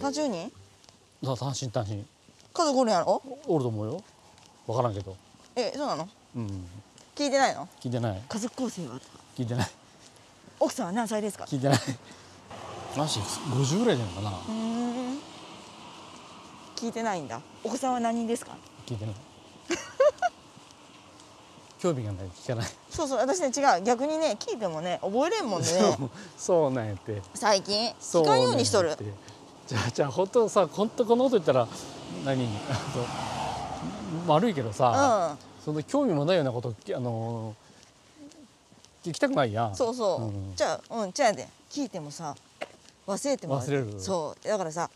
70人だ単身単身家族おるやろおると思うよ分からんけどえそうなのうん聞いてないの聞いてない家族構成は聞いてない奥さんは何歳ですか聞いてないマジ50ぐらいじゃないかなうーん聞いてないんだお子さんは何人ですか聞いてない 興味がない聞かないそうそう私ね違う逆にね聞いてもね覚えれんもんねそうそうなんやって最近そ聞うかなんんやよっうてにしとるじゃあじゃあ本当さ本当このこと言ったら何 あと悪いけどうさ、んその興味もないようなことあの聞きたくないやんそうそう、んじゃあうんじゃあね聞いてもさ忘れても忘れるそうだからさ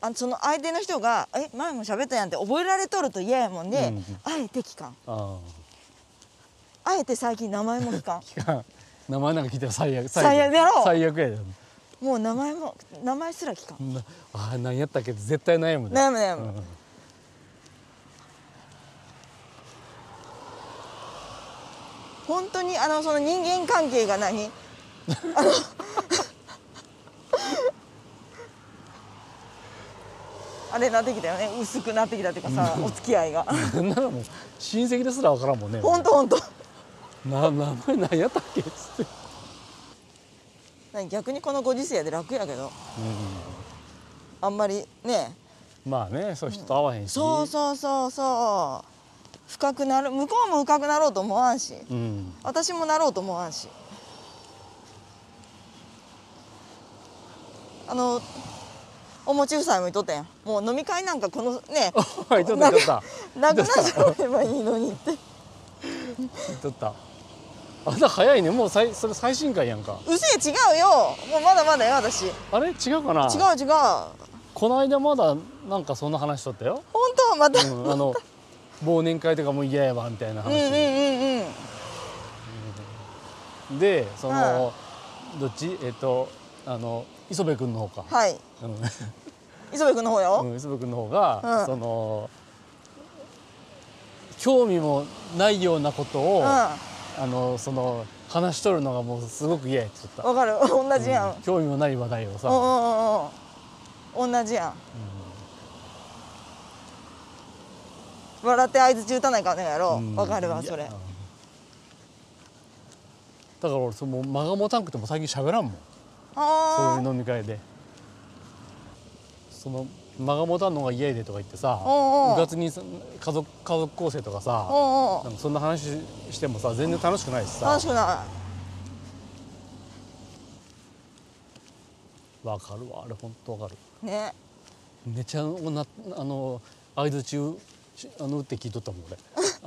あのその相手の人が「え前も喋ったやん」って覚えられとると嫌やもんで、うんうんあえて聞かんああえて最近名前も聞かんあ聞かん名前なんか聞いたら最悪最悪やろ最悪やでもう名前も名前すら聞かんなあ何やったっけって絶対悩むで悩む悩むうん本当にあのその人間関係が何あの あれなってきたよね薄くなってきたっていうかさお付き合いがなんならもう親戚ですら分からんもんね本当本当な名前何やったっけっつって、何逆にこのご時世やで楽やけどうあんまりねん、まあねそう人と会わへんし、そうそうそうそう深くなる向こうも深くなろうと思わんしうん、 私もなろうと思わんしあのお餅夫妻もいとったやんもう飲み会なんかこのねあいとったいとったなくなっちゃえばいいのにっていとったあんた早いねもうさいそれ最新回やんかうせえ違うよもうまだまだよ私違あれ違うかなう違う本この間まだなんかそんな話しとったよ、当また、ううん、ん、あ の忘年会とかもう嫌やわみたいなうんうん話、うんうんでその、どっちえっとあの磯部君の方か、はいうん磯部君の方よ、うん、磯部君の方が、うんその興味もないようなことを、うんあのその話しとるのがもうすごく嫌やって言っとっわかる同じやた、ん、興味もない話題をさ、うんうんうんうん同じやん、笑って相づち打たないかんねやろうんわかるわそいれやだから俺その間が持たんくても最近喋らんもんそうあいうー飲み会でその間が持たんのが嫌やでとか言ってさおううおうかつにそ家族家族構成とかさおうおなうんかそんな話してもさ全然楽しくないしさ楽しくなわかるわあれ本当わかるいねめちゃおなあの相づちをしあの打って聞いとったもん 俺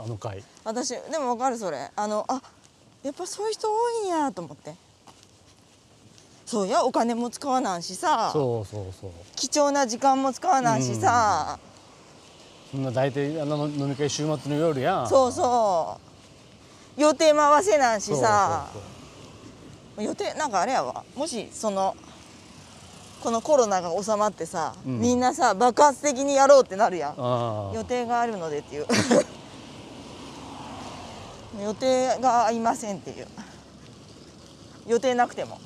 あの回私でもわかるそれあのあやっぱそういう人多いんやと思ってそうやお金も使わなんしさそうそうそう貴重な時間も使わなんしさ、そんな大体あの飲み会週末の夜やんそうそう予定も合わせなんしそうさそうそう予定なんかあれやわもしそのこのコロナが収まってさ、うんみんなさ爆発的にやろうってなるやんああ予定があるのでっていう 予定が合いませんっていう予定なくても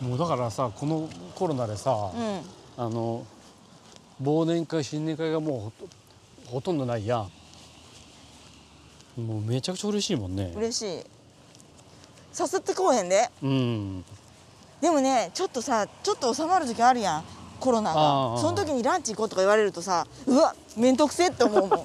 もうだからさこのコロナでさ、うんあの忘年会新年会がもうほとほとんどないやんもうめちゃくちゃ嬉しいもんね嬉しいさすってこうへんでうんでもねちょっとさちょっと収まる時あるやんコロナあああがあその時にランチ行こうとか言われるとさうわ面倒くせえって思うもん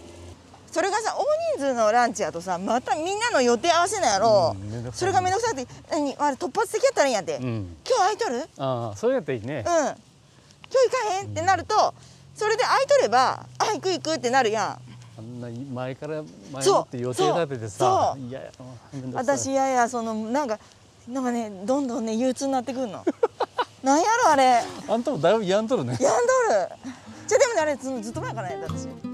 それがさ大人数のランチやとさまたみんなの予定合わせなんやろ、うんめんどくさいねそれが面倒くさいって何あれ突発的やったらいいんやって、う今ん日空いとるああそれやったらいいねうん、今日行かへんってなるとそれで空いとればあ行く行くってなるやあんな前から前そうもって予定立ててさそういやいやめんんどくさい私いやいやそのなんかなんかねどんどんね憂鬱になってくるのなんやろあれやんあんたもだいぶやんとるねどるじゃあでもねあれずずっと前からやった私。